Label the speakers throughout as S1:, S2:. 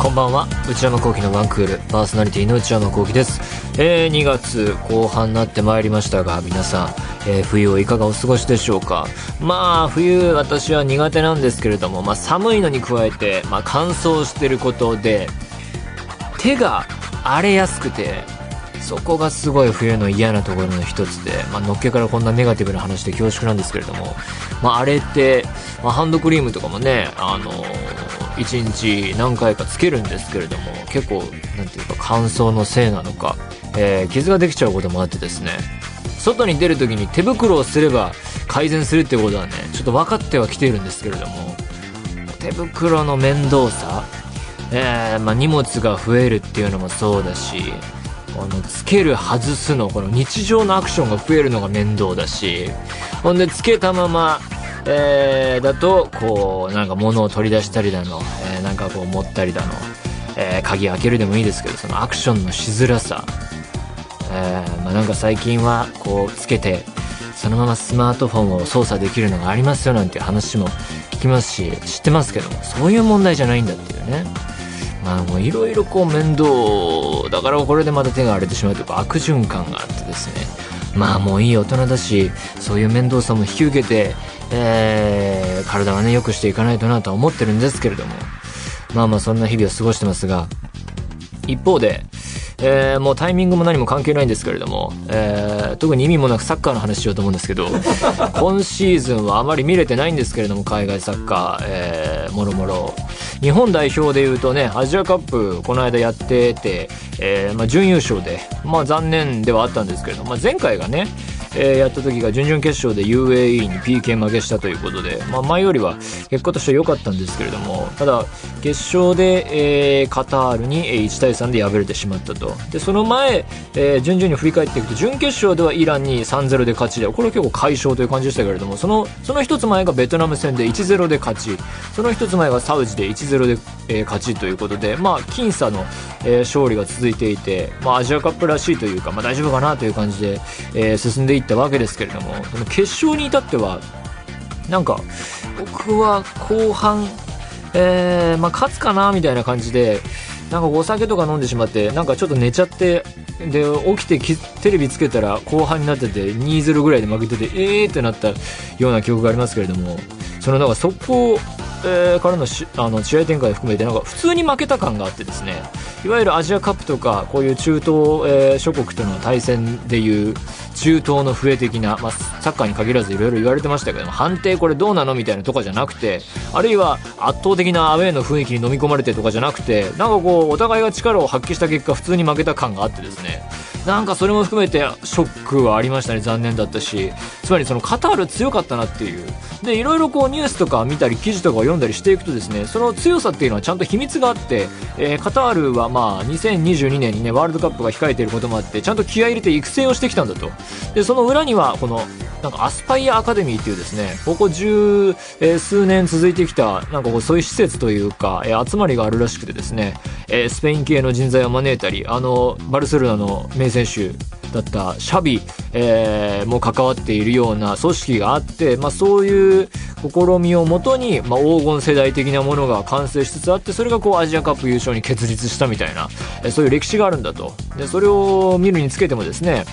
S1: こんばんは内山聖輝のワンクールパーソナリティの内山聖輝です、えー2月後半になってまいりましたが皆さん、えー冬をいかがお過ごしでしょうかまあ冬私は苦手なんですけれども、まあ、寒いのに加えて、まあ、乾燥してることで手が荒れやすくてそこがすごい冬の嫌なところの一つで、まあのっけからこんなネガティブな話で恐縮なんですけれども、まあ、あれって、まあハンドクリームとかもね、あの1日何回かつけるんですけれども結構なんていうか乾燥のせいなのか、えー傷ができちゃうこともあってですね外に出る時に手袋をすれば改善するっていうことはねちょっと分かってはきているんですけれども手袋の面倒さ、えーまあ、荷物が増えるっていうのもそうだしこのつける外すのこの日常のアクションが増えるのが面倒だしほんでつけたまま、えーだとこうなんか物を取り出したりだの、えーなんかこう持ったりだの、えー鍵開けるでもいいですけどそのアクションのしづらさえーまあ、なんか最近はこうつけてそのままスマートフォンを操作できるのがありますよなんていう話も聞きますし知ってますけどもそういう問題じゃないんだっていうねまあもういろいろこう面倒だからこれでまた手が荒れてしまうというか悪循環があってですねまあもういい大人だしそういう面倒さも引き受けて、えー体はね良くしていかないとなとは思ってるんですけれどもまあまあそんな日々を過ごしてますが一方で、えーもうタイミングも何も関係ないんですけれども、えー特に意味もなくサッカーの話しようと思うんですけど今シーズンはあまり見れてないんですけれども海外サッカー、えーもろもろ日本代表でいうとねアジアカップこの間やってて、えーまあ、準優勝で、まあ、残念ではあったんですけれども、まあ、前回がねえーやった時が準々決勝で UAE に PK 負けしたということで、まあ、前よりは結果としては良かったんですけれどもただ決勝で、えーカタールにえー1対3で敗れてしまったとでその前、えー順々に振り返っていくと準決勝ではイランに3-0で勝ちでこれは結構快勝という感じでしたけれどもそのその一つ前がベトナム戦で1-0で勝ちその一つ前がサウジで1-0で、えー勝ちということで、まあ、僅差の、えー勝利が続いていて、まあ、アジアカップらしいというか、まあ、大丈夫かなという感じで、えー進んでいったわけですけれどもその決勝に至ってはなんか僕は後半、えーまあ、勝つかなみたいな感じでなんかお酒とか飲んでしまってなんかちょっと寝ちゃってで起きてきテレビつけたら後半になってて2-0ぐらいで負けててえーってなったような記憶がありますけれどもそのなんか速攻、えーからのしあの試合展開含めてなんか普通に負けた感があってですねいわゆるアジアカップとかこういう中東、えー諸国との対戦でいう中東の笛的な、まあ、サッカーに限らずいろいろ言われてましたけども判定これどうなのみたいなとかじゃなくてあるいは圧倒的なアウェーの雰囲気に飲み込まれてとかじゃなくてなんかこうお互いが力を発揮した結果普通に負けた感があってですねなんかそれも含めてショックはありましたね残念だったしつまりそのカタール強かったなっていうでいろいろこうニュースとか見たり記事とかを読んだりしていくとですねその強さっていうのはちゃんと秘密があって、えーカタールはまあ2022年にねワールドカップが控えていることもあってちゃんと気合い入れて育成をしてきたんだとでその裏にはこのなんかアスパイアアカデミーっていうですねここ十、えー数年続いてきたなんかこうそういう施設というか、えー集まりがあるらしくてですね、えースペイン系の人材を招いたりあのバルセロナの名選手だったシャビ、えーも関わっているような組織があって、まあ、そういう試みをもとに、まあ、黄金世代的なものが完成しつつあってそれがこうアジアカップ優勝に結実したみたいな、えーそういう歴史があるんだとでそれを見るにつけてもですね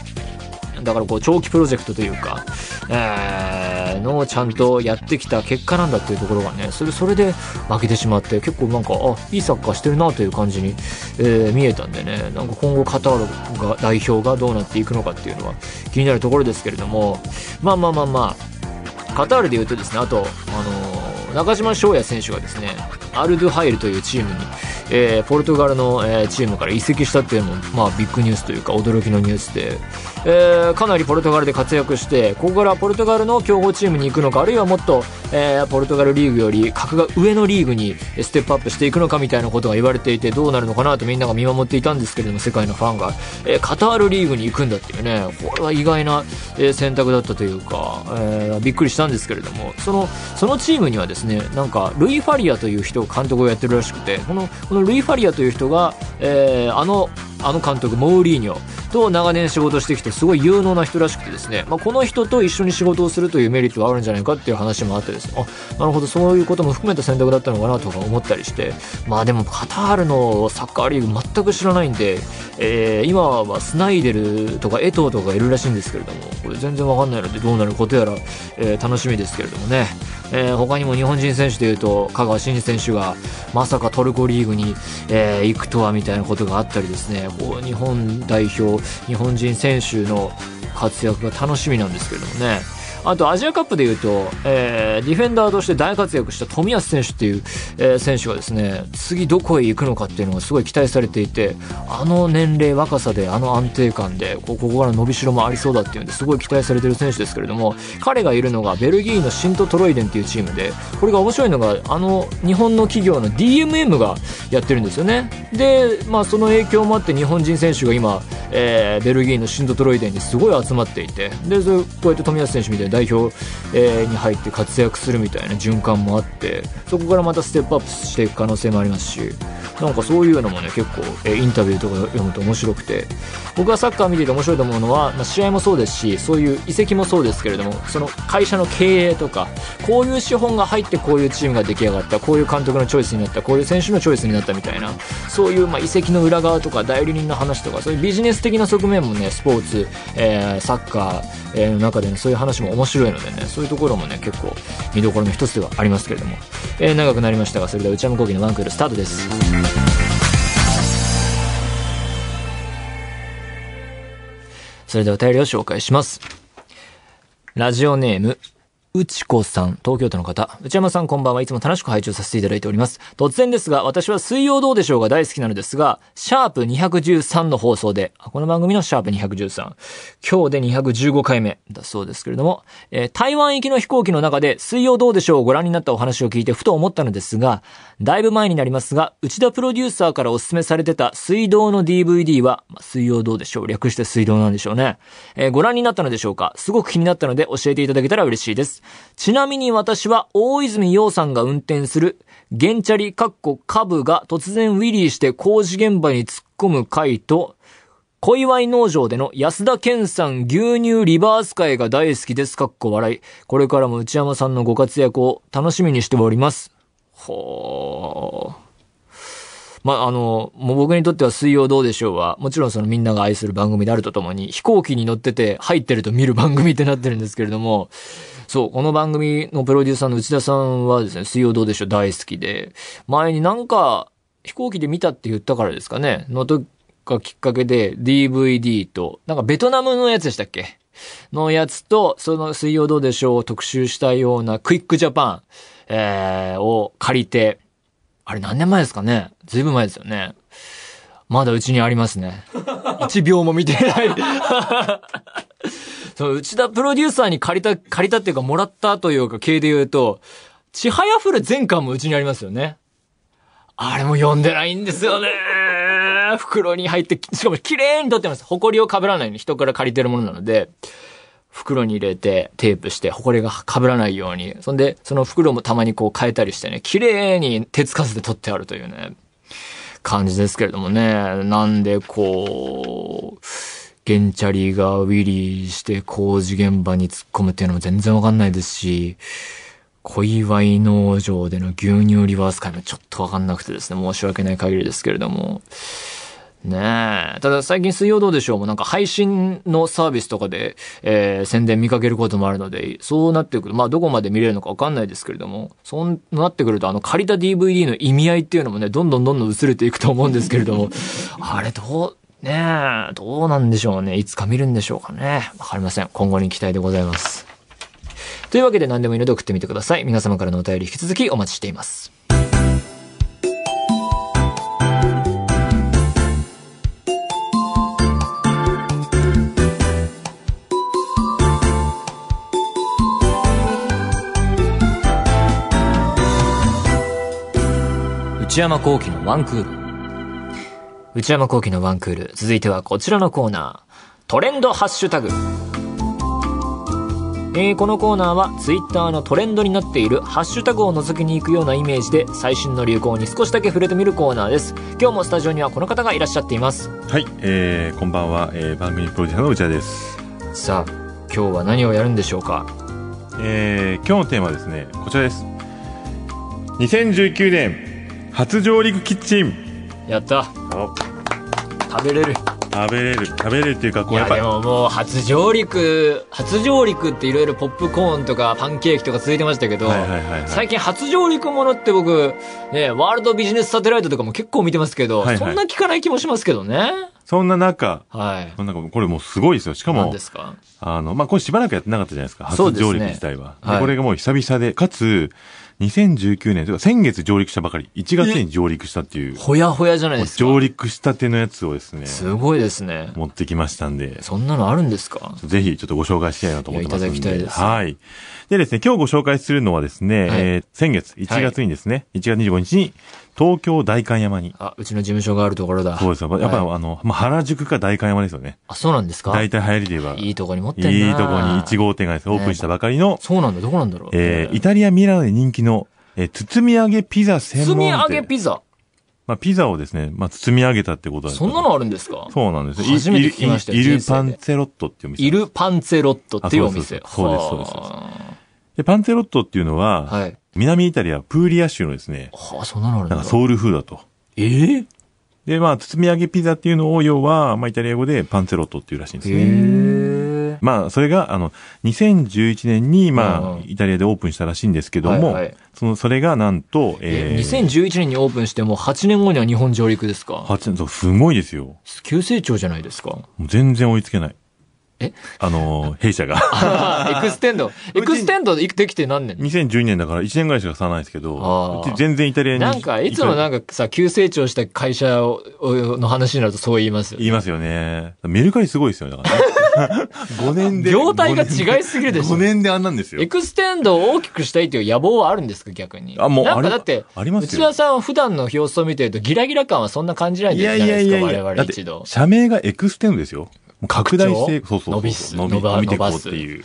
S1: だからこう長期プロジェクトというか、えーのをちゃんとやってきた結果なんだっていうところがねそれそれで負けてしまって結構なんかあいいサッカーしてるなという感じに、えー見えたんでねなんか今後カタールが代表がどうなっていくのかっていうのは気になるところですけれどもまあまあまあまあカタールでいうとですねあと、あのー中島翔也選手がですねアルドゥハイルというチームに、えーポルトガルの、えーチームから移籍したっていうのも、まあ、ビッグニュースというか驚きのニュースで、えーかなりポルトガルで活躍してここからポルトガルの強豪チームに行くのかあるいはもっと、えーポルトガルリーグより格が上のリーグにステップアップしていくのかみたいなことが言われていてどうなるのかなとみんなが見守っていたんですけれども世界のファンが、えーカタールリーグに行くんだっていうねこれは意外な、えー選択だったというか、えーびっくりしたんですけれどもそのそのチームにはですねなんかルイ・ファリアという人が監督をやってるらしくてこのこののルイ・ファリアという人が、えーあのあの監督モーリーニョと長年仕事してきてすごい有能な人らしくてですね、まあ、この人と一緒に仕事をするというメリットがあるんじゃないかっていう話もあってですねあなるほどそういうことも含めた選択だったのかなとか思ったりしてまあでもカタールのサッカーリーグ全く知らないんで、えー今はスナイデルとかエトーとかいるらしいんですけれどもこれ全然わかんないのでどうなることやら、えー楽しみですけれどもね、えー他にも日本人選手でいうと香川真司選手がまさかトルコリーグに、えー行くとはみたいなことがあったりですねこう日本代表日本人選手の活躍が楽しみなんですけれどもねあとアジアカップでいうと、えーディフェンダーとして大活躍した冨安選手っていう、えー選手がですね次どこへ行くのかっていうのがすごい期待されていてあの年齢若さであの安定感でこうここからの伸びしろもありそうだっていうんですごい期待されてる選手ですけれども彼がいるのがベルギーのシント・トロイデンっていうチームでこれが面白いのがあの日本の企業の DMM がやってるんですよねで、まあ、その影響もあって日本人選手が今、えーベルギーのシント・トロイデンにすごい集まっていてでそれこうやって冨安選手みたいに代表、えーに入って活躍するみたいな循環もあってそこからまたステップアップしていく可能性もありますしなんかそういうのもね結構、えーインタビューとか読むと面白くて僕がサッカー見てて面白いと思うのは、まあ、試合もそうですしそういう移籍もそうですけれどもその会社の経営とかこういう資本が入ってこういうチームが出来上がったこういう監督のチョイスになったこういう選手のチョイスになったみたいなそういう、まあ、移籍の裏側とか代理人の話とかそういうビジネス的な側面もねスポーツ、えーサッカー、えーの中でのそういう話も面白いのでねそういうところもね結構見どころの一つではありますけれども、えー長くなりましたがそれでは内山聖輝のワンクールスタートです。それではお便りを紹介します。ラジオネーム、うちこさん、東京都の方。内山さんこんばんはいつも楽しく拝聴させていただいております。突然ですが、私は水曜どうでしょうが大好きなのですが、シャープ213の放送で、あこの番組のシャープ213、今日で215回目だそうですけれども、えー台湾行きの飛行機の中で水曜どうでしょうをご覧になったお話を聞いてふと思ったのですが、だいぶ前になりますが、内田プロデューサーからお勧めされてた水道の DVD は、まあ水曜どうでしょう略して水道なんでしょうね。えーご覧になったのでしょうかすごく気になったので教えていただけたら嬉しいです。ちなみに私は大泉洋さんが運転する、ゲンチャリカッコカブが突然ウィリーして工事現場に突っ込む回と、小祝農場での安田健さん牛乳リバース会が大好きです。かっこ笑い。これからも内山さんのご活躍を楽しみにしております。ほー。まあ、あの、もう僕にとっては水曜どうでしょうは、もちろんそのみんなが愛する番組であるとともに、飛行機に乗ってて入ってると見る番組ってなってるんですけれども、そう、この番組のプロデューサーの内田さんはですね、水曜どうでしょう大好きで、前になんか飛行機で見たって言ったからですかね、のとがきっかけで DVD と、なんかベトナムのやつでしたっけのやつと、その水曜どうでしょうを特集したようなクイックジャパン、えーを借りて、あれ何年前ですかねずいぶん前ですよね。まだうちにありますね。1秒も見てない。その内田プロデューサーに借りた、借りたっていうかもらったというか系で言うと、ちはやふる全巻もうちにありますよね。あれも読んでないんですよね。袋に入って、しかも綺麗に取ってます。埃を被らないように人から借りてるものなので。袋に入れてテープして埃が被らないようにそんでその袋もたまにこう変えたりしてね綺麗に手つかずで取ってあるというね感じですけれどもねなんでこうゲンチャリがウィリーして工事現場に突っ込むっていうのも全然わかんないですし小祝農場での牛乳リバース会もちょっとわかんなくてですね申し訳ない限りですけれどもねえ。ただ最近水曜どうでしょうもなんか配信のサービスとかで、えー宣伝見かけることもあるので、そうなってくる。まあどこまで見れるのかわかんないですけれども、そうなってくるとあの借りた DVD の意味合いっていうのもね、どんどんどんどん薄れていくと思うんですけれども、 あれどう、ねえ、どうなんでしょうね。いつか見るんでしょうかね。わかりません。今後に期待でございます。というわけで何でもいいので送ってみてください。皆様からのお便り引き続きお待ちしています。内山幸喜のワンクール。内山幸喜のワンクール。続いてはこちらのコーナー。トレンドハッシュタグ。えーこのコーナーは Twitter のトレンドになっているハッシュタグを覗きに行くようなイメージで最新の流行に少しだけ触れてみるコーナーです今日もスタジオにはこの方がいらっしゃっています
S2: はい、えー、こんばんは、えー、番組プロデューサーの内田です、
S1: さあ今日は何をやるんでしょうか
S2: えー、今日のテーマはですねこちらです2019年初上陸キッチン
S1: やった食べれる
S2: 食べれる食べれるっていうか
S1: い
S2: こうや
S1: や
S2: っぱ
S1: でももう初上陸初上陸っていろいろポップコーンとかパンケーキとか続いてましたけど、
S2: はいはいはいはい
S1: 最近初上陸ものって僕、ね、ワールドビジネスサテライトとかも結構見てますけど、
S2: はいはい
S1: そんな聞かない気もしますけどね
S2: そんな中
S1: はい
S2: そんな中これもうすごいですよしか
S1: 何
S2: も
S1: ですか
S2: あのまあこれしばらくやってなかったじゃないですか
S1: そう
S2: 初
S1: ですね
S2: 上陸自体はで
S1: はい
S2: これがもう久々でかつ2019年というか先月上陸したばかり1月に上陸したっていう
S1: ほやほやじゃないですか
S2: 上陸したてのやつをですね
S1: すごいですね
S2: 持ってきましたんで
S1: そんなのあるんですか
S2: ぜひちょっとご紹介したいなと思ってますんで。
S1: いやいただきたいです
S2: はい。でですね、今日ご紹介するのはですね、
S1: はい
S2: えー先月、1月にですね、1月25日に東京代官山に。
S1: あうちの事務所があるところだ
S2: そうですよ。やっぱ、
S1: はい
S2: あの、まあ、原宿か代官山ですよね。
S1: あそうなんですか
S2: 大体流行りで言えば、
S1: いいとこに持ってんない
S2: いとこに1号店がですねオープンしたばかりの、
S1: そうなんだどこなんだろう
S2: えーイ
S1: い
S2: タリアミラノで人気の、えー包み揚げピザ専
S1: 包
S2: 門
S1: み
S2: 店。
S1: 揚げピザ
S2: まあ、ピザをですね、まあ、包み上げたってことなんです
S1: そ
S2: け
S1: ん
S2: ど
S1: なのあるんですか
S2: そうなんですよ。
S1: 初めて聞きましたよ
S2: イルイル
S1: 人生で
S2: パンツェロットっていうお店。
S1: イル・パンツェロットっていうお店。
S2: あそうですそうですそうです
S1: は
S2: で、パンツェロットっていうのは、
S1: あはい。
S2: 南イタリア、プーリア州のですね、
S1: はあ、そんなのあるん
S2: なん
S1: だ
S2: か。ソウルフードだと。
S1: ええ
S2: で、まあ、包み揚げピザっていうのを、要は、まあ、イタリア語でパンツェロットっていうらしいんですね。
S1: へえ。
S2: まあ、それが、あの、2011年に、
S1: うん
S2: まあ
S1: うん、
S2: イタリアでオープンしたらしいんですけども、
S1: はいはい
S2: その、それがなんと、
S1: え
S2: えー、
S1: 2011年にオープンしてもう8年後には日本上陸ですか
S2: 8そうすごいですよ。
S1: 急成長じゃないです か
S2: もう全然追いつけない。
S1: え
S2: あのー、弊社が。
S1: エクステンド。エクステンドできて何年
S2: 2012年だから1年ぐらいしか差ないですけど
S1: あ、ー
S2: うち全然イタリアに。
S1: なんか、いつもなんんかさ、急成長した会社をの話になるとそう言いますよ
S2: 言いますよね。メルカリすごいですよね、だから ね。5年で。
S1: 業態が
S2: う
S1: 違いすぎるでし
S2: 5
S1: ょ。
S2: 年であんなんですよ
S1: エ。クステンドを大きくしたいという野望はあるんですか逆に。
S2: あもう
S1: なんか
S2: あり
S1: だって、
S2: ありますよ
S1: 内田さんは普段の様子を見てるとギラギラ感はそんな感じないんじゃないですか我
S2: だ
S1: 々
S2: って
S1: 一度。
S2: 社名がエクステンドですよ。もう拡大して、
S1: 拡張
S2: そうそうそう。
S1: 伸びす
S2: 伸び
S1: 伸ば
S2: 伸びていこ
S1: 伸
S2: う
S1: ば
S2: っ
S1: す
S2: ていう。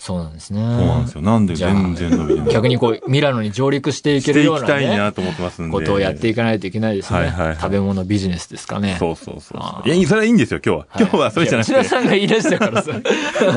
S1: そうなんですね。
S2: そうなんですよ。なんで
S1: じゃあ
S2: 全然伸びてない。
S1: 逆にこう、ミラノに上陸してい
S2: し
S1: け
S2: て
S1: る
S2: い
S1: よう
S2: き
S1: な、
S2: たい
S1: ね、
S2: なと思ってますんで。
S1: ことをやって
S2: い
S1: いかないといけないですね。
S2: はいはいはい
S1: 食べ物ビジネスですかね。
S2: そうそうそう
S1: あ。
S2: い
S1: ー
S2: や、それはいいんですよ、今日は。
S1: はい
S2: 今日はそれじゃなく
S1: いや内
S2: て。
S1: 田さんが言い出したから さ。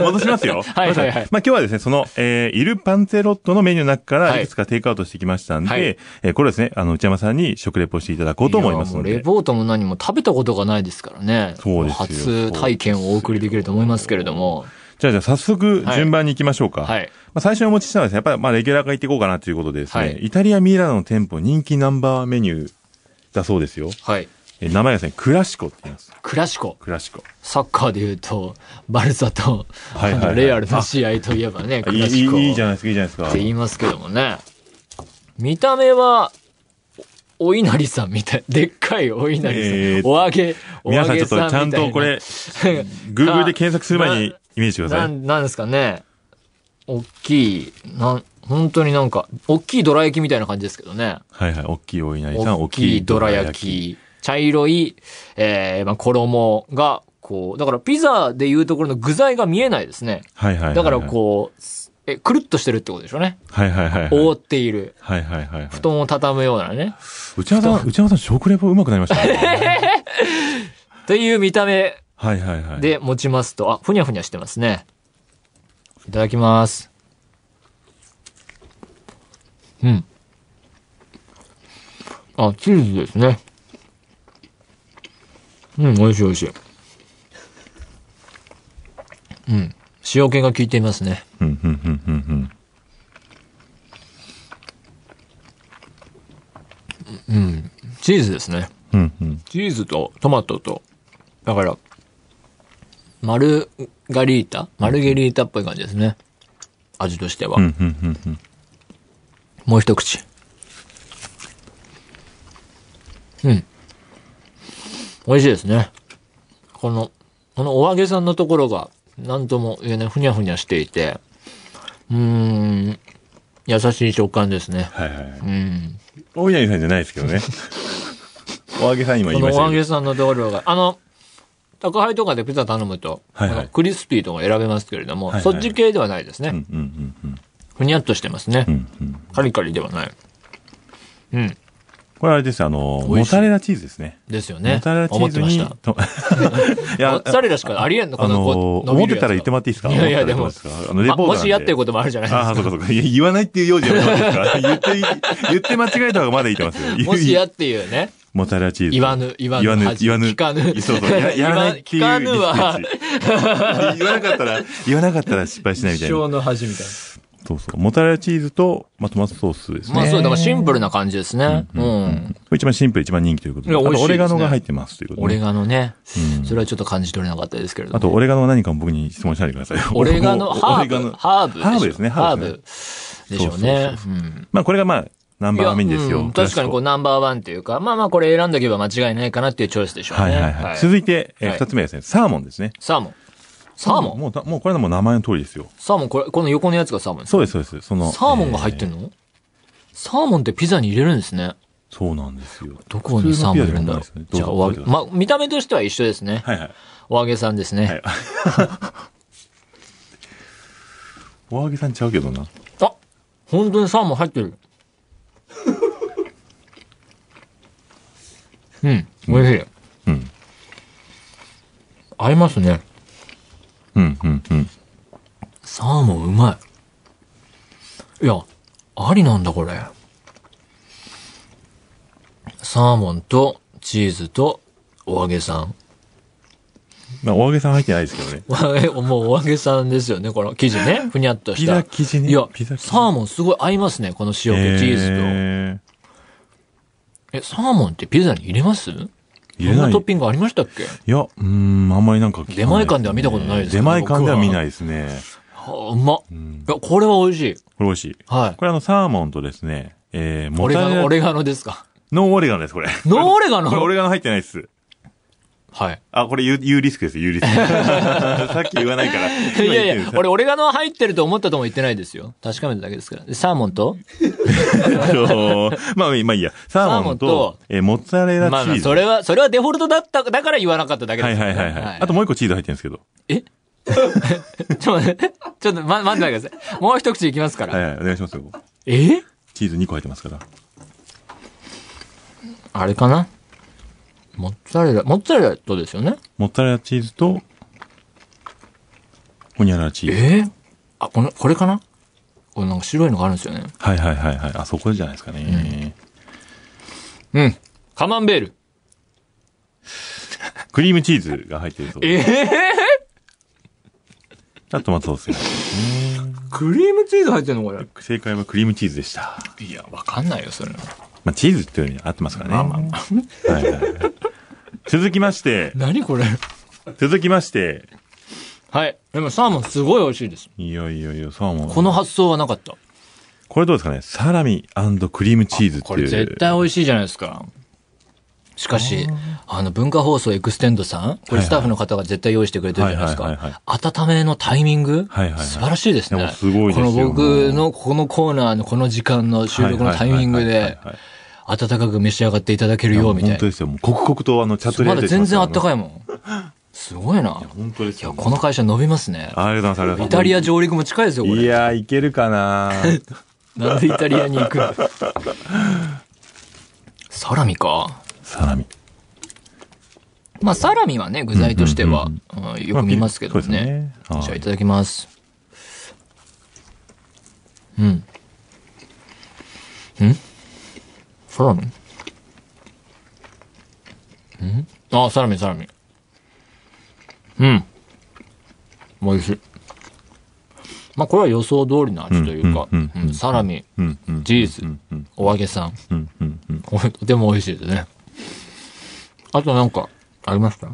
S2: 戻しますよ。
S1: はいはいはい
S2: まあ今日はですね、その、えー、イルパンツェロットのメニューの中か
S1: はい
S2: らいくつかテイクアウトしてきましたんで、
S1: はい
S2: えーこれですね、あの、内山さんに食レポしていただこうと思いま
S1: や
S2: す
S1: も
S2: の
S1: うレ
S2: で。
S1: ポートも何も食べたことがないですからね。
S2: そうですよ
S1: 初体験をお送りできると思いますけれども。
S2: じゃあじゃあ早速順番に行きましょうか。
S1: はい。
S2: まあ、最初にお持ちしたのはですね、やっぱりまあレギュラーから行っていこうかなということでですね、
S1: はい
S2: イタリアミラノの店舗人気ナンバーワンメニューだそうですよ。
S1: はい。
S2: え名前がですね、クラシコって言います。
S1: クラシコ。
S2: クラシコ。
S1: サッカーで言うと、バルサと、
S2: はいはいはい
S1: あのレアルの試合といえばね、
S2: い
S1: ク
S2: い
S1: ラシコ。
S2: いいいじゃ
S1: っ
S2: ないですか、いいじゃないですか。
S1: て言いますけどもね。見た目は、おお稲荷さんみたい。でっかいお稲荷さん。
S2: えー
S1: お揚げ、お揚
S2: 皆さんち
S1: げ
S2: ょっとちゃんとこれ、
S1: さんみたいな、
S2: Google で検索する前に イメージしてくだ
S1: な
S2: さい。
S1: ん、なんですかね。大きい、なん、本当になんか、大きいどら焼きみたいな感じですけどね。
S2: はいはい、大きいお稲荷さん、
S1: 大きいどら焼
S2: き。
S1: き。茶色い、えー、まあ、衣が、こう、だからピザでいうところの具材が見えないですね。
S2: はいはいはいはい。
S1: だからこう、え、くるっとしてるってことでしょうね。
S2: う。はいはいはいはい。
S1: 覆っている。
S2: はいはいはいはい。
S1: 布団を畳むようなね。
S2: 内山さん、内山さん食レポ上手くなりました ね。
S1: という見た目
S2: はいはいはい。
S1: で持ちますと、あ、ふにゃふにゃしてますね。いただきます。うん。あ、チーズですね。うん、美味しい美味しい。うん。塩気が効いていますね。
S2: うんうんうんうんうん。
S1: チーズですね。
S2: うんうん。
S1: チーズとトマトと、だから、マルガリータマルゲリータっぽい感じですね。味としては。
S2: うんうんうんうん。
S1: もう一口。うん。美味しいですね。この、このお揚げさんのところが、なんとも言えない、ふにゃふにゃしていて、うーん、優しい食感ですね。
S2: はいはいはい。
S1: うん。
S2: お稲荷 さんじゃないですけどね。お揚げさん今
S1: こ
S2: 言
S1: の
S2: いま
S1: お
S2: した
S1: 揚
S2: けど。
S1: げさんのところが、あの、宅配とかでピザ頼むと、
S2: はいはい
S1: あのクリスピーとか選べますけれども、
S2: はいはい
S1: そっち系ではないですね。
S2: うんうんうん
S1: ふにゃっとしてますね。
S2: うんうんうん。
S1: カリカリではない。うん。
S2: これあれですよあの、
S1: 美
S2: モ
S1: 味しい
S2: タレラチーズですね。
S1: ですよね。
S2: モタレラチ
S1: 思
S2: ー
S1: って
S2: ズ
S1: ま
S2: に。
S1: した。
S2: とい
S1: モッツァレラしかありえんのか
S2: あ
S1: な、
S2: の
S1: こう伸び
S2: 思
S1: る
S2: って
S1: やつ
S2: たら言ってもらっていいですか
S1: いやいや、でも、
S2: 思ってたらどうですかあの、レポート
S1: ま
S2: な
S1: も
S2: んで
S1: しやってることもあるじゃないです
S2: ああ、
S1: か。
S2: そうかそうか。いや言わないっていうようじゃないですか。言ってい、 言って間違えた方がまだいいと思いますよ。
S1: もしやっていうね、
S2: モッツァレラチーズ。
S1: 言わぬ、言わぬ、
S2: 言わぬ
S1: 恥
S2: 言わぬ
S1: 聞かぬ。
S2: そうそう。ややらないって
S1: 聞
S2: いう
S1: かぬは、
S2: リスク値 言わなかったら、言わなかったら失敗しないみた
S1: 一
S2: いな。
S1: 生の恥みたいな。
S2: そうそう。モッツァレラチーズと、まあ、トマトソースですね。
S1: まあそう、だからシンプルな感じですね。うん。
S2: これ一番シンプル、一番人気ということで。
S1: い
S2: あ
S1: や美味しい
S2: とオ
S1: です
S2: レ
S1: ね
S2: ガノが入ってますということ
S1: オ
S2: で
S1: レガノね
S2: う。ん
S1: それはちょっと感じ取れなかったですけれど
S2: あと、
S1: も。
S2: オレガノは何か僕に質問しないでください。
S1: オレガノ、
S2: 僕も
S1: ハ
S2: オレガ
S1: ーブ、
S2: ノ
S1: ハーブ。
S2: ハーブですね
S1: ハ
S2: ハ
S1: ー
S2: ー
S1: ブ
S2: ブ
S1: でしょうね。
S2: そううんまあ、これがまあ、ナンバーワンメニューです
S1: いやう
S2: よ
S1: ん。確かにこうナンバーワンっていうか、まあまあこれ選んだけば間違いないかなっていうチョイスでしょうね。
S2: はいはいはい。続いて、えー
S1: はい
S2: 二つ目はですね、サーモンですね。
S1: サーモン。サーモン
S2: もうだ、もうこれはもう名前の通りですよ。
S1: サーモン、これ、この横のやつがサーモンです
S2: そうです、そうです。その。
S1: サーモンが入っ
S2: え
S1: てんのサーモンってピザに入れるんですね。
S2: ーそうなんですよ。
S1: どこにサーモン入れるんだろ
S2: 普通の
S1: う。
S2: ピザ
S1: じ
S2: で
S1: ゃ
S2: は
S1: あ、
S2: ない
S1: お揚げ、
S2: ですねどうぞ
S1: まあ、見た目としては一緒ですね。
S2: はいはい。
S1: お揚げさんですね。
S2: はい。お揚げさんちゃうけどな。
S1: あ本当にサーモン入 ってる。うん、美味しい。
S2: うん。
S1: 合いますね。
S2: うん、うん、うん。
S1: サーモンうまい。いや、ありなんだこれ。サーモンとチーズとお揚げさん。
S2: まあ、お揚げさん入ってないですけどね。
S1: わえ もうお揚げさんですよね、この生地 ね。ふにゃっとし
S2: ピ
S1: た。
S2: ザ生地ね。
S1: いや
S2: ピザ、生地
S1: サーモンすごい合いますね、この塩気、チーズと。
S2: え
S1: え、サーモンってピザに入れます
S2: ー入れ
S1: そん
S2: な。
S1: ないトッピングありましたっけ
S2: いや、うーん、あんまりなんか聞かないす
S1: 出
S2: ね
S1: 前館では見たことないですね
S2: 出前館では見ないですね。
S1: はあ、うまっ。
S2: う
S1: い
S2: ん。
S1: や、これは美味しい。
S2: これ美味しい。
S1: はい。
S2: これあの、サーモンとですね、えー、
S1: オ
S2: モ
S1: レ
S2: タ
S1: ガ
S2: レ
S1: ノ、
S2: ラ
S1: オ、レガノですか。
S2: ノーオレガンです、これ。
S1: ノーオレガノ
S2: これオレガン入ってないです。
S1: はい。
S2: あ、これ言う、言うリスクです、言うリス ク。さっき言わないから。
S1: いやいや、
S2: 俺
S1: 俺、オレガノ入ってると思ったとも言ってないですよ。確かめただけですから。でサーモンと
S2: まあ、まあいいや。サ
S1: サー
S2: ーモン
S1: モン
S2: と
S1: と、
S2: えーモッツァレ
S1: ま
S2: ラ
S1: あま
S2: チー
S1: あ、
S2: ズ。
S1: それは、それはデフォルトだった、だから言わなかっただけ
S2: は
S1: で
S2: い
S1: すよ
S2: は
S1: ね、
S2: いはいはい。あともう一個チーズ入ってるんですけど。
S1: え ちょっと待って、ちょっとま待ってください。もう一口いきますから。
S2: はいはい、お願いしますよ。
S1: え
S2: チーズ2個入ってますから。
S1: あれかなモッツァレラ、モッツァレラとですよね
S2: モッツァレラチーズと、ホニャララチーズ。
S1: えーあ、この、これかなこれなんか白いのがあるんですよね。
S2: はいはいはいはい。あ、そこじゃないですかね。
S1: うん。カマンベール。
S2: クリームチーズが入ってると。
S1: ええ
S2: あとトマトソース。
S1: クリームチーズ入ってんのこれ。
S2: 正解はクリームチーズでした。
S1: いや、わかんないよ、それ。
S2: まあ、チーズっていうのに合ってますからね。まあまあまあ。はいはいはい。続きまして、
S1: 何これ。
S2: 続きまして、
S1: はい。でもサーモンすごい美味しいです。
S2: いよいよいよ、サーモン。
S1: この発想はなかった。
S2: これどうですかねサラミクリームチーズっていう。
S1: これ絶対美味しいじゃないですか。しかし、あの、文化放送エクステンドさん、こ
S2: はい
S1: れ
S2: はい
S1: スタッフの方が絶対用意してくれてるじゃないです
S2: はいはいはい
S1: か。温めのタイミング、
S2: はいはいはい
S1: 素晴らしいです
S2: いや
S1: ね。
S2: もうすごいです
S1: こ
S2: よ
S1: の僕のこのコーナーのこの時間の収録のタイミング
S2: はいはいはい
S1: で
S2: はいはい、
S1: 温かく召し上がっていただける
S2: いや
S1: よ、
S2: もう
S1: みたい
S2: 本当ですよ。もう刻々とあの、チャット
S1: な。まだ全然あった
S2: い。
S1: かいもん。すごいな。
S2: 本当ですよ。
S1: この会社伸びますね。
S2: ありがとうございます。
S1: イタリ
S2: ア。
S1: ア上陸も近いですよ、こ
S2: い
S1: れ。
S2: やー、いける かな
S1: なんでイタリアに行く のサラミか。
S2: サラミ。
S1: まあ、サラミはね、具材としては、うんよく見ますけど
S2: まあそうです
S1: ね
S2: ね。はい
S1: じゃあ、いただきます。うん。んサラミんあ、サラミ、サラミ。うん。美味しい。まあ、これは予想通りの味というか、
S2: うんうんうんうん
S1: うんサラミ、
S2: うん、うん。
S1: チーズ
S2: うん、うん、
S1: お揚げさん。
S2: うん、うんうん。
S1: これとても美味しいですね。あとなんか、ありました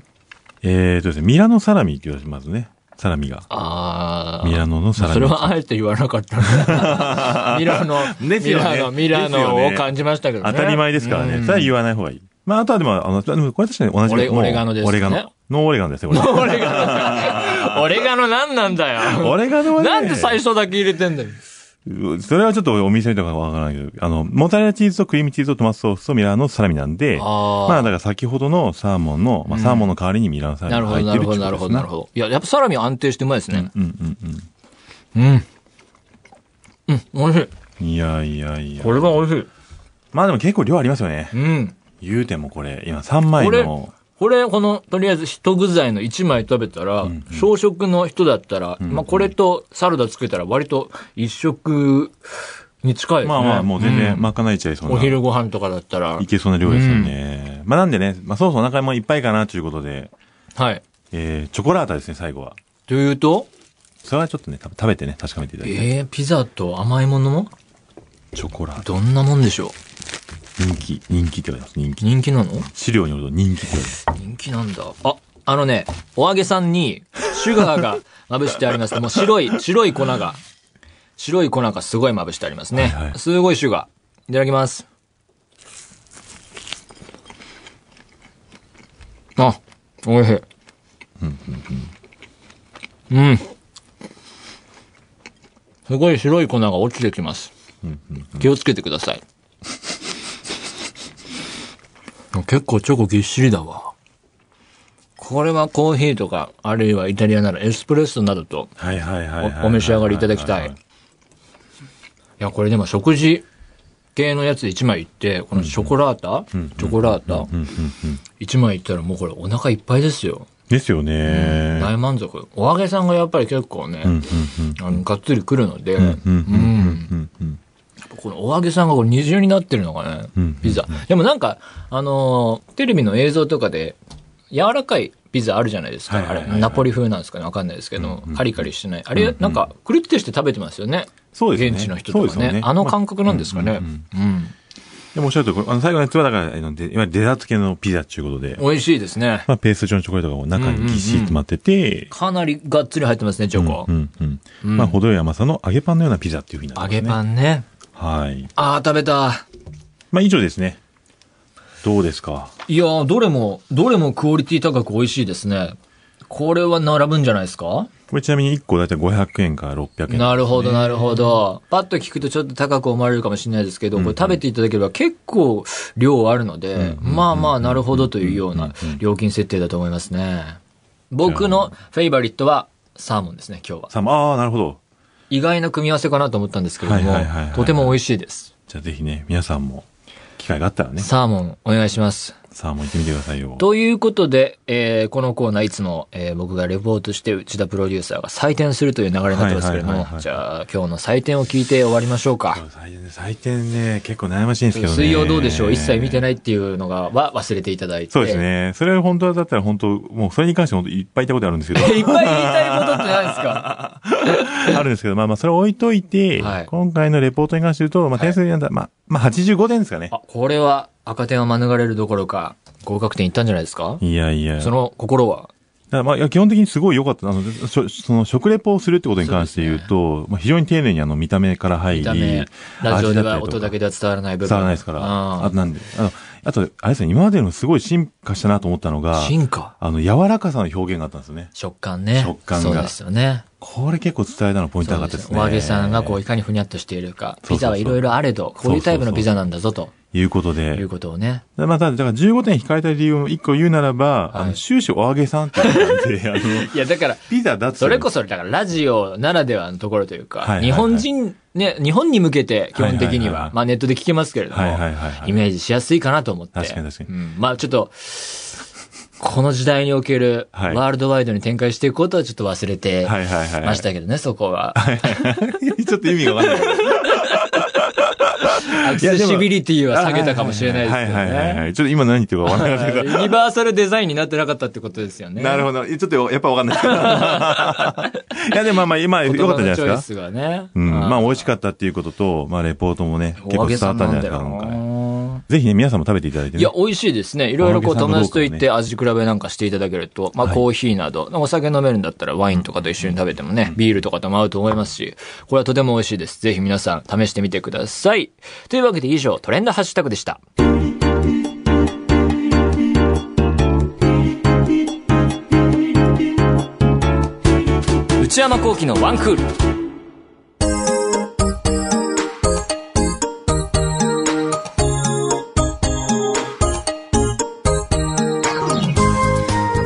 S2: えーとですね、ミラノサラミって言われてますね。サラミが。
S1: あー
S2: ミラノのサラミ。
S1: それはあえて言わなか ったなミラノ、
S2: です
S1: ミ
S2: よね
S1: ラノ、ミラ
S2: ですよ
S1: ノを
S2: ね
S1: 感じましたけどね。
S2: 当たり前 ですから
S1: う
S2: ね。
S1: ん
S2: それは言わない方がいい。まあ、あとはでも、あの、でもこれ確かに同じ
S1: オレ
S2: もう
S1: オレガノですね
S2: オレガノ。ノーオレガノですね、こ
S1: オレガノ、オレガノ何なんだ
S2: れ。
S1: よ。
S2: オレガノはね。
S1: なんで最初だけ入れてんだよ。
S2: うそれはちょっとお店とかわからないけど、あの、モッツァレラチーズとクリームチーズとトマトソースとミラーのサラミなんで、
S1: あー
S2: まあだから先ほどのサーモンの、まあサーモンの代わりにミラーのサ
S1: な
S2: ラ
S1: る
S2: ミ
S1: ほ
S2: が
S1: ど、
S2: 入っ
S1: なる
S2: てるっ
S1: ほ
S2: て
S1: ど、なるほ
S2: ことで
S1: ど、
S2: す
S1: な
S2: ね
S1: る。ほど。いや、やっぱサラミ安定してうまいですね。
S2: うんうんうん。
S1: うん。うん、美味しい。
S2: いやいやいや。
S1: れは美味し
S2: まあでも結構量ありますよね。
S1: い。うん。
S2: 言うてもこれ、今3枚
S1: これ
S2: の。
S1: これ、この、とりあえず一具材の一枚食べたら、小食の人だったら、まあこれとサラダつけたら割と一食に近いですね。
S2: まあまあもう全
S1: う
S2: 然
S1: ん
S2: まかないちゃいそうな。
S1: お昼ご飯とかだったら
S2: い、けそうな量ですよね。まあなんでね、まあそろそろお腹もいっぱいかなということで、
S1: はい。
S2: えー、チョコラータですね、最後は。
S1: というと、
S2: それはちょっとね、た食べてね、確かめていただきたい。
S1: えー、ピザと甘いものも
S2: チョコラータ。
S1: どんなもんでしょ
S2: 人気、人気って書いてます、人
S1: う
S2: 気。
S1: 人気なの
S2: 資料によると人気って書いてます。
S1: 人気なんだ。あ、あのね、お揚げさんに、シュガー がまぶしてあります。もう白い、白い粉が、白い粉がすごいまぶしてありますね。
S2: はいはい
S1: すごいシュガー。いただきます。あ、おいしい。うん。すごい白い粉が落ちてきます。気をつけてください。 結構チョコぎっしりだわ。これはコーヒーとか、あるいはイタリアならエスプレッソなどと
S2: はいはいはいはいはい
S1: おお召し上がりいただきたい。いや、これでも食事系のやつ1枚いって、このチョコラータ、チョコラータ、1枚いったらもうこれお腹いっぱいですよ。
S2: ですよね。
S1: 大満足。お揚げさんがやっぱり結構ね、あの、がっつり来るので、うんこのお揚げさんがこれ二重になってるのがね、ピザ。でもなんか、あのーテレビの映像とかで、柔らかいピザあるじゃないですか。
S2: はいはいはいはい
S1: あれ、ナポリ風なんですかねわかんないですけど、カリカリしてない。あれ、なんか、くるってして食べてますよね。
S2: そうですね
S1: 現地の人とか
S2: そうです
S1: ね。
S2: よね
S1: あの感覚なんですかね。うん。
S2: でもおっしゃるとおりあの最後のやつはだから、あのでいわゆるデザート系のピザっていうことで、
S1: 美味しいですね。
S2: まあ、ペースト状のチョコレートがもう中にぎっしり詰まってて、
S1: かなりがっつり入ってますね、チョコ。
S2: うんうん。まあ、程よい甘さの揚げパンのようなピザっていうふうにな
S1: 揚
S2: って
S1: げ
S2: ますね。
S1: パンね。
S2: はい。
S1: ああ、食べた。
S2: まあ、以上ですね。どうですか
S1: いやー、どれも、どれもクオリティ高く美味しいですね。これは並ぶんじゃないですか
S2: これちなみに1個だいたい500円から600円。
S1: なるほど、なるほど。パッと聞くとちょっと高く思われるかもしれないですけど、これ食べていただければ結構量あるので、まあまあ、なるほどというような料金設定だと思いますね。僕のフェイバリットはサーモンですね、今日は。
S2: さあ、ああ、なるほど。
S1: 意外な組み合わせかなと思ったんですけれども
S2: はいはいはいはい、
S1: とても美味しいです。
S2: じゃあぜひね、皆さんも、機会があったらね、
S1: サーモンお願いします。
S2: サーモン行ってみてくださいよ。
S1: ということで、えーこのコーナーいつも、えー僕がレポートして内田プロデューサーが採点するという流れになってますけれど
S2: はいは
S1: も
S2: いはいは、い
S1: じゃあ今日の採点を聞いて終わりましょうか。
S2: 採点ね、採点ね、結構悩ましいんですけどね。
S1: 水曜どうでしょう一切見て
S2: い。
S1: ないっていうのが、は忘れていただいて。
S2: そうです。ね。それは本当だったら本当、もうそれに関して本当いっぱい言ったことあるんですけど。
S1: いっぱい言いたいことってないですか
S2: あるんですけど、まあまあ、それ置いといて、
S1: はい
S2: 今回のレポートに関して言うと、まあ、点数なんだ、まあ、まあ、85点ですかね。
S1: あ、これは赤点は免れるどころか、合格点いったんじゃないですか
S2: いやいや。
S1: その心は。
S2: だからまあ、いや基本的にすごい良かった。あの、しょその、食レポをするってことに関して言うと、まあ、非常に丁寧にあの、見た目から入り、
S1: 見た目、ラジオでは音だ
S2: 味ったりとか
S1: けでは伝わらない部分。
S2: 伝わらないですから。あ
S1: う
S2: となんで、あの、あと、あれですね、今までのすごい進化したなと思ったのが
S1: ん、進化
S2: あの、柔らかさの表現があったんですよね。
S1: 食感ね。
S2: 食感が
S1: そうですよね。
S2: これ結構伝えたのポイント上がったですね。
S1: お揚げさんがこういかにふにゃっとしているか、
S2: そうそうそう
S1: ピザはいろいろあれど、こういうタイプのピザなんだぞと
S2: いうこと
S1: い
S2: で
S1: う。ことをね。
S2: まあ、ただ、だから15点引かれた理由を1個言うならば、あ
S1: は
S2: の、
S1: い
S2: 終始お揚げさんって言ったんで、あ の、
S1: いや、だから、
S2: ピザだって。
S1: それこそ、だからラジオならではのところというか、
S2: はいはいはい
S1: 日本人、ね、日本に向けて基本的には、
S2: はいはいはい
S1: まあネットで聞けますけれども、
S2: はいはいはいはい
S1: イメージしやすいかなと思って。
S2: 確かに確かに
S1: うんまあちょっと、この時代における、
S2: はい
S1: ワールドワイドに展開していくことはちょっと忘れて
S2: はいはいはい。
S1: ましたけどね、そこは。
S2: ちょっと意味がわかんない。
S1: アクセシビリティは下げたかもしれないですけど
S2: はいはいはい
S1: ね。
S2: はい。ちょっと今何言ってるかわか んなかったけど。
S1: ユニバーサルデザインになってなかったってことですよね。
S2: なるほど。ちょっとやっぱわか んない。いやでもまあまあ今良かったんじ
S1: 言葉の
S2: ゃないですか。
S1: チョイスがね。
S2: うん。まあ美味し
S1: っ
S2: かったっていうことと、まあレポートもね、結
S1: お揚
S2: 構
S1: げ
S2: 伝わ
S1: さ
S2: っ
S1: んな
S2: た
S1: んん
S2: じゃない
S1: だ
S2: です
S1: よ
S2: か、今回。
S1: な。
S2: ぜひね、皆さんも食べていただいてね。
S1: いや、美味しいですね。いろいろこう
S2: お揚げさん
S1: 友
S2: の
S1: 達と行っ
S2: どう
S1: て味比べなんかしていただけると、まあ
S2: はい
S1: コーヒーなど、お酒飲めるんだったらワインとかと一緒に食べてもね、ビールとかとも合うと思いますし、これはとても美味しいです。ぜひ皆さん試してみてください。というわけで以上、トレンドハッシュタグでした。内山幸輝のワンクール。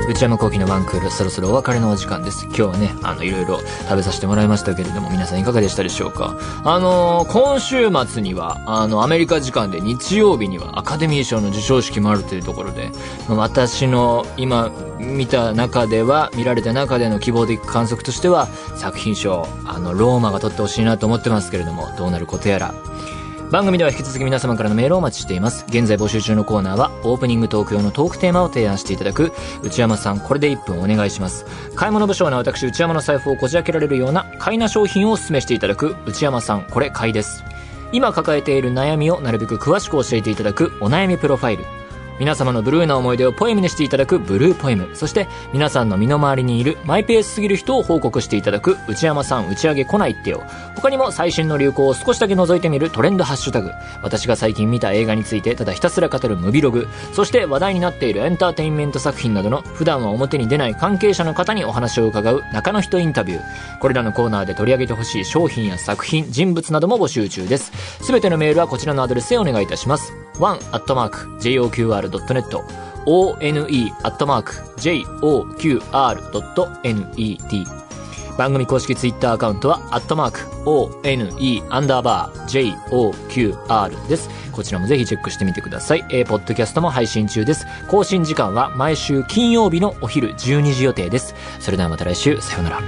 S1: 内山幸喜のワンクール、そろそろお別れのお時間です。今日はね、あの、いろいろ食べさせてもらいましたけれども、皆さんいかがでしたでしょうかあのー今週末には、あの、アメリカ時間で日曜日にはアカデミー賞の授賞式もあるというところで、まあ私の今見た中では、見られた中での希望的観測としては、作品賞、あの、ローマが取ってほしいなと思ってますけれども、どうなることやら、番組では引き続き皆様からのメールをお待ちしています現在募集中のコーナーはオープニングトーク用のトークテーマを提案していただく内山さんこれで1分お願いします買い物不詳な私内山の財布をこじ開けられるような買いな商品をお勧めしていただく内山さんこれ買いです今抱えている悩みをなるべく詳しく教えていただくお悩みプロファイル皆様のブルーな思い出をポエムにしていただくブルーポエムそして皆さんの身の回りにいるマイペースすぎる人を報告していただく内山さん打ち上げ来ないってよ他にも最新の流行を少しだけ覗いてみるトレンドハッシュタグ私が最近見た映画についてただひたすら語るムビログそして話題になっているエンターテインメント作品などの普段は表に出ない関係者の方にお話を伺う中の人インタビューこれらのコーナーで取り上げてほしい商品や作品人物なども募集中ですすべてのメールはこちらのアドレスへお願いいたします one.joqr.net one.joqr.net 番組公式ツイッターアカウントは、アットマーク、ONE アンダーバー JOQR です。こちらもぜひチェックしてみてください。えー、ポッドキャストも配信中です。更新時間は毎週金曜日のお昼12時予定です。それではまた来週、さようなら。